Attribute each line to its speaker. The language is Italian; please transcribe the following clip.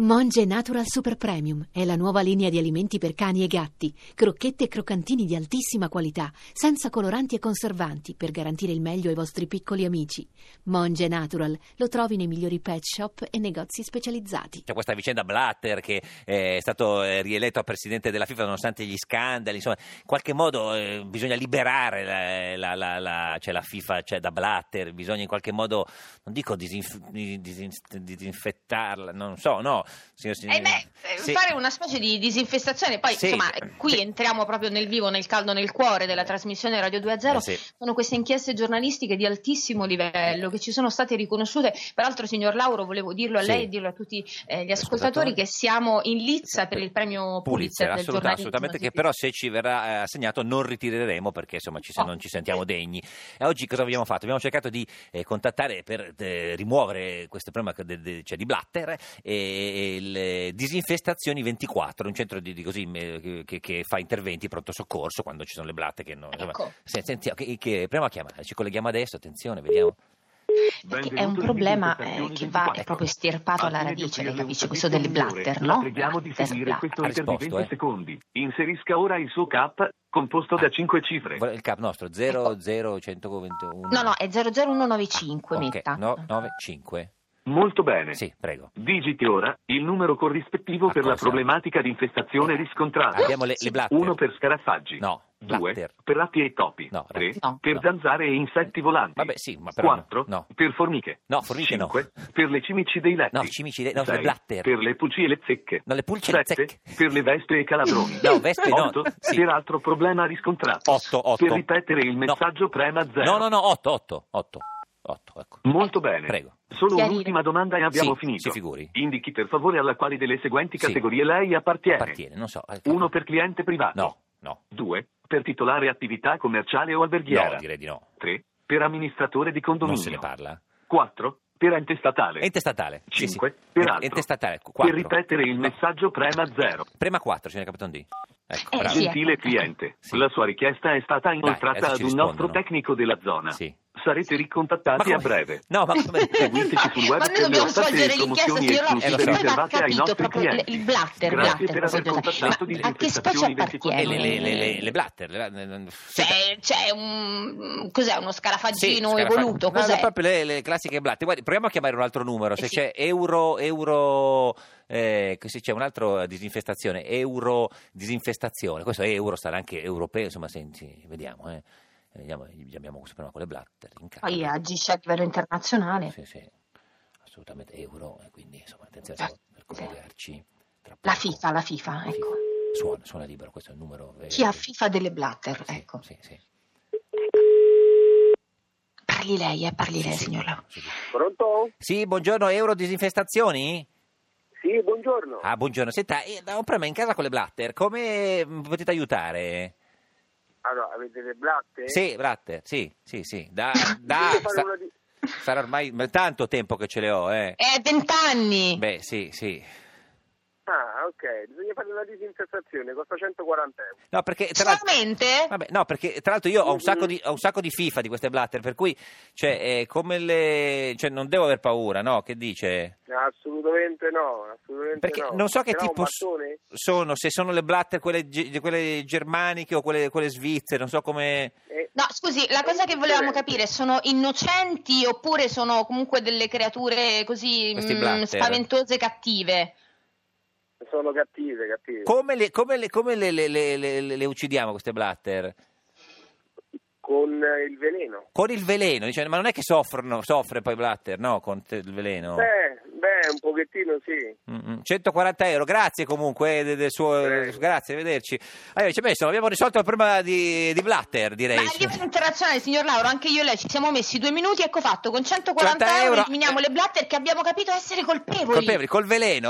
Speaker 1: Monge Natural Super Premium è la nuova linea di alimenti per cani e gatti, crocchette e croccantini di altissima qualità, senza coloranti e conservanti, per garantire il meglio ai vostri piccoli amici. Monge Natural lo trovi nei migliori pet shop e negozi specializzati.
Speaker 2: C'è questa vicenda Blatter che eh, è stato eh, rieletto a presidente della FIFA nonostante gli scandali, insomma, in qualche modo eh, bisogna liberare la, la- la- la- cioè, la FIFA cioè, da Blatter, bisogna in qualche modo, non dico disinf- di- disin- disinfettarla, non so, no. signor- signor-
Speaker 3: Eh beh, eh,
Speaker 2: Sì.
Speaker 3: fare una specie di disinfestazione, poi
Speaker 2: Sì.
Speaker 3: insomma qui
Speaker 2: Sì.
Speaker 3: entriamo proprio nel vivo, nel caldo, nel cuore della trasmissione Radio 2 a 0,
Speaker 2: Eh sì.
Speaker 3: sono queste inchieste giornalistiche di altissimo livello che ci sono state riconosciute, peraltro signor Lauro volevo dirlo a
Speaker 2: Sì.
Speaker 3: lei e dirlo a tutti eh, gli
Speaker 2: ascoltatori.
Speaker 3: ascoltatori che siamo in lizza per il premio Pulitzer, del
Speaker 2: assoluta-
Speaker 3: giornalismo.
Speaker 2: assolutamente,
Speaker 3: Sì,
Speaker 2: che
Speaker 3: sì.
Speaker 2: però se ci verrà eh, assegnato non ritireremo perché insomma ci se-
Speaker 3: No.
Speaker 2: non ci sentiamo degni. E oggi cosa abbiamo fatto? Abbiamo cercato di eh, contattare per eh, rimuovere questo problema che de- de- c'è di Blatter e, e le disinfestazioni 24, un centro di, di così, eh, che, che fa interventi pronto soccorso quando ci sono le blatte che non... insomma,
Speaker 3: Ecco.
Speaker 2: se- sentiamo, che, che- proviamo a chiamare, ci colleghiamo adesso, attenzione, vediamo.
Speaker 3: Perché è un problema eh, che va è proprio estirpato alla radice, lei capisce, questo del blatter, no?
Speaker 4: La preghiamo di
Speaker 3: Blatter,
Speaker 4: seguire
Speaker 3: blatter.
Speaker 4: questo
Speaker 2: Ha
Speaker 4: leader di
Speaker 2: risposto,
Speaker 4: 20
Speaker 2: eh.
Speaker 4: secondi. Inserisca ora il suo cap, composto
Speaker 2: Ah.
Speaker 4: da 5 cifre.
Speaker 2: Vuole Il cap nostro 00121.
Speaker 3: No, no, è
Speaker 2: Ah,
Speaker 3: 00195, metta.
Speaker 2: 9,
Speaker 4: Molto bene.
Speaker 2: Sì, prego.
Speaker 4: Digiti ora il numero corrispettivo
Speaker 2: A
Speaker 4: per la
Speaker 2: cosa?
Speaker 4: problematica di infestazione riscontrata.
Speaker 2: Abbiamo le, le blatter.
Speaker 4: 1 per scarafaggi.
Speaker 2: No,
Speaker 4: 2
Speaker 2: blatter.
Speaker 4: per ratti e topi.
Speaker 2: No,
Speaker 4: 3
Speaker 3: no,
Speaker 4: per
Speaker 2: no.
Speaker 4: zanzare e insetti volanti.
Speaker 2: Vabbè, sì, ma però
Speaker 4: 4
Speaker 2: no.
Speaker 4: per formiche.
Speaker 2: No, formiche no.
Speaker 4: 5 per le cimici dei letti.
Speaker 2: No, cimici dei- no, sono le
Speaker 4: Sei
Speaker 2: blatter.
Speaker 4: Per le pulci e le zecche.
Speaker 2: No, le pulci e le
Speaker 4: 7
Speaker 2: zecche.
Speaker 4: per le vespe e calabroni.
Speaker 2: No, vespe no.
Speaker 4: 8
Speaker 2: Sì.
Speaker 4: per altro problema riscontrato.
Speaker 2: 8, 8.
Speaker 4: Per ripetere il messaggio prema 0.
Speaker 2: No, no, no, 8, 8, 8. 8, ecco.
Speaker 4: Molto bene.
Speaker 2: Prego.
Speaker 4: Solo
Speaker 3: Chiarire.
Speaker 4: un'ultima domanda e abbiamo
Speaker 2: Sì,
Speaker 4: finito.
Speaker 2: si figuri.
Speaker 4: Indichi per favore alla quale delle seguenti
Speaker 2: Sì.
Speaker 4: categorie lei appartiene.
Speaker 2: Appartiene, non so. ecco.
Speaker 4: 1 per cliente privato.
Speaker 2: No, no.
Speaker 4: 2 per titolare attività commerciale o
Speaker 2: No,
Speaker 4: alberghiera.
Speaker 2: direi di no.
Speaker 4: 3 per amministratore di
Speaker 2: Non se ne
Speaker 4: condominio.
Speaker 2: parla.
Speaker 4: 4 per ente statale.
Speaker 2: Ente statale. Sì, sì.
Speaker 4: 5 per altro.
Speaker 2: Ente statale,
Speaker 4: Per
Speaker 2: 4.
Speaker 4: ripetere il messaggio prema 0.
Speaker 2: Prema 4, signor Capitondì. Ecco,
Speaker 3: Eh,
Speaker 2: bravo.
Speaker 3: sì, eh.
Speaker 4: Gentile cliente,
Speaker 2: Sì.
Speaker 4: la sua richiesta è stata inoltrata
Speaker 2: adesso
Speaker 4: ad
Speaker 2: ci
Speaker 4: un
Speaker 2: rispondono.
Speaker 4: nostro tecnico della zona.
Speaker 2: Sì.
Speaker 4: Sarete ricontattati
Speaker 2: Ma
Speaker 4: a
Speaker 2: come-
Speaker 4: breve.
Speaker 2: No, ma come...
Speaker 4: Seguiteci sul web
Speaker 3: Ma
Speaker 4: per
Speaker 3: noi
Speaker 4: le
Speaker 3: dobbiamo
Speaker 4: offerte
Speaker 3: svolgere l'inchiesta,
Speaker 4: e
Speaker 3: Eh,
Speaker 4: promozioni
Speaker 2: esclusive
Speaker 3: signor Lauro. Io non aveva
Speaker 4: riservate ai
Speaker 3: capito
Speaker 4: nostri
Speaker 3: proprio il-
Speaker 4: clienti.
Speaker 3: il blatter,
Speaker 4: Grazie
Speaker 3: blatter,
Speaker 4: per aver
Speaker 3: voglio dire.
Speaker 4: contattato
Speaker 3: Ma a che specie
Speaker 4: Disinfestazioni 24.
Speaker 2: Eh,
Speaker 3: appartiene?
Speaker 2: le, le, le, le, le blatter. le- le- le-
Speaker 3: C'è, c'è un cos'è uno
Speaker 2: Sì,
Speaker 3: scarafaggino
Speaker 2: scarafaggi.
Speaker 3: evoluto?
Speaker 2: No,
Speaker 3: Cos'è?
Speaker 2: no, proprio le, le classiche blatte. Guardi, proviamo a chiamare un altro numero. Se
Speaker 3: Eh sì.
Speaker 2: c'è euro, euro, eh, se c'è un'altra disinfestazione, euro disinfestazione. Questo è euro, sarà anche europeo. Insomma, senti, vediamo. Eh. Vediamo, abbiamo questo problema con le blatte.
Speaker 3: Poi agisce a livello internazionale.
Speaker 2: Sì, sì, assolutamente euro. eh, Quindi, insomma, attenzione per- per collegarci. tra
Speaker 3: La
Speaker 2: poco.
Speaker 3: FIFA, la FIFA, ecco.
Speaker 2: Suona, suona libero, questo è il numero. eh,
Speaker 3: Chi ha FIFA delle blatter,
Speaker 2: sì,
Speaker 3: ecco.
Speaker 2: Sì, sì.
Speaker 3: Parli lei, eh, parli lei,
Speaker 2: Sì, sì,
Speaker 3: signor Lauro.
Speaker 2: sì, sì.
Speaker 5: Pronto?
Speaker 2: Sì, buongiorno, euro disinfestazioni?
Speaker 5: Sì, buongiorno.
Speaker 2: Ah, buongiorno. Senta, eh, ho un problema in casa con le blatter. Come mm, potete aiutare?
Speaker 5: Allora, avete le blatte?
Speaker 2: Sì, blatter, sì, sì, sì. Da, da-
Speaker 5: Devo fare
Speaker 2: sa-
Speaker 5: una di-
Speaker 2: sarà ormai ma è tanto tempo che ce le ho, eh.
Speaker 3: È vent'anni!
Speaker 2: Beh, sì, sì.
Speaker 5: Ah, ok. Bisogna fare una disinfestazione, costa 140 euro.
Speaker 2: No, perché tra l'altro...
Speaker 3: Solamente?
Speaker 2: Vabbè, no, perché tra l'altro io ho un
Speaker 5: Mm.
Speaker 2: sacco di, ho un sacco di FIFA di queste blatter, per cui, cioè, eh, come le... Cioè, non devo aver paura, no? Che dice?
Speaker 5: Assolutamente no, assolutamente
Speaker 2: Perché
Speaker 5: no.
Speaker 2: non so che
Speaker 5: Ce l'ha
Speaker 2: tipo
Speaker 5: un
Speaker 2: s-
Speaker 5: mattone?
Speaker 2: sono, se sono le blatter quelle, ge- quelle germaniche o quelle, quelle svizzere, non so come...
Speaker 5: Eh,
Speaker 3: No, scusi, la cosa che volevamo capire sono innocenti oppure sono comunque delle creature così
Speaker 2: Questi
Speaker 3: mm,
Speaker 2: blatter.
Speaker 3: spaventose cattive?
Speaker 5: Sono cattive, cattive.
Speaker 2: Come le, come le- come le- le- le- le- le- le uccidiamo queste blatter?
Speaker 5: Con eh, il veleno.
Speaker 2: Con il veleno, dice, ma non è che soffrono, soffre poi Blatter, no, con te- il veleno.
Speaker 5: Beh, beh, un pochettino sì.
Speaker 2: Mm, mm. 140 euro, grazie comunque eh, de- del suo...
Speaker 5: Prego.
Speaker 2: Grazie, arrivederci. Allora, ci messo, abbiamo risolto il problema di, di Blatter, direi.
Speaker 3: Ma a livello internazionale, signor Lauro, anche io e lei ci siamo messi due minuti, ecco fatto, con 140
Speaker 2: 40
Speaker 3: euro
Speaker 2: euro.
Speaker 3: eliminiamo le blatter che abbiamo capito essere colpevoli.
Speaker 2: Colpevoli, col veleno.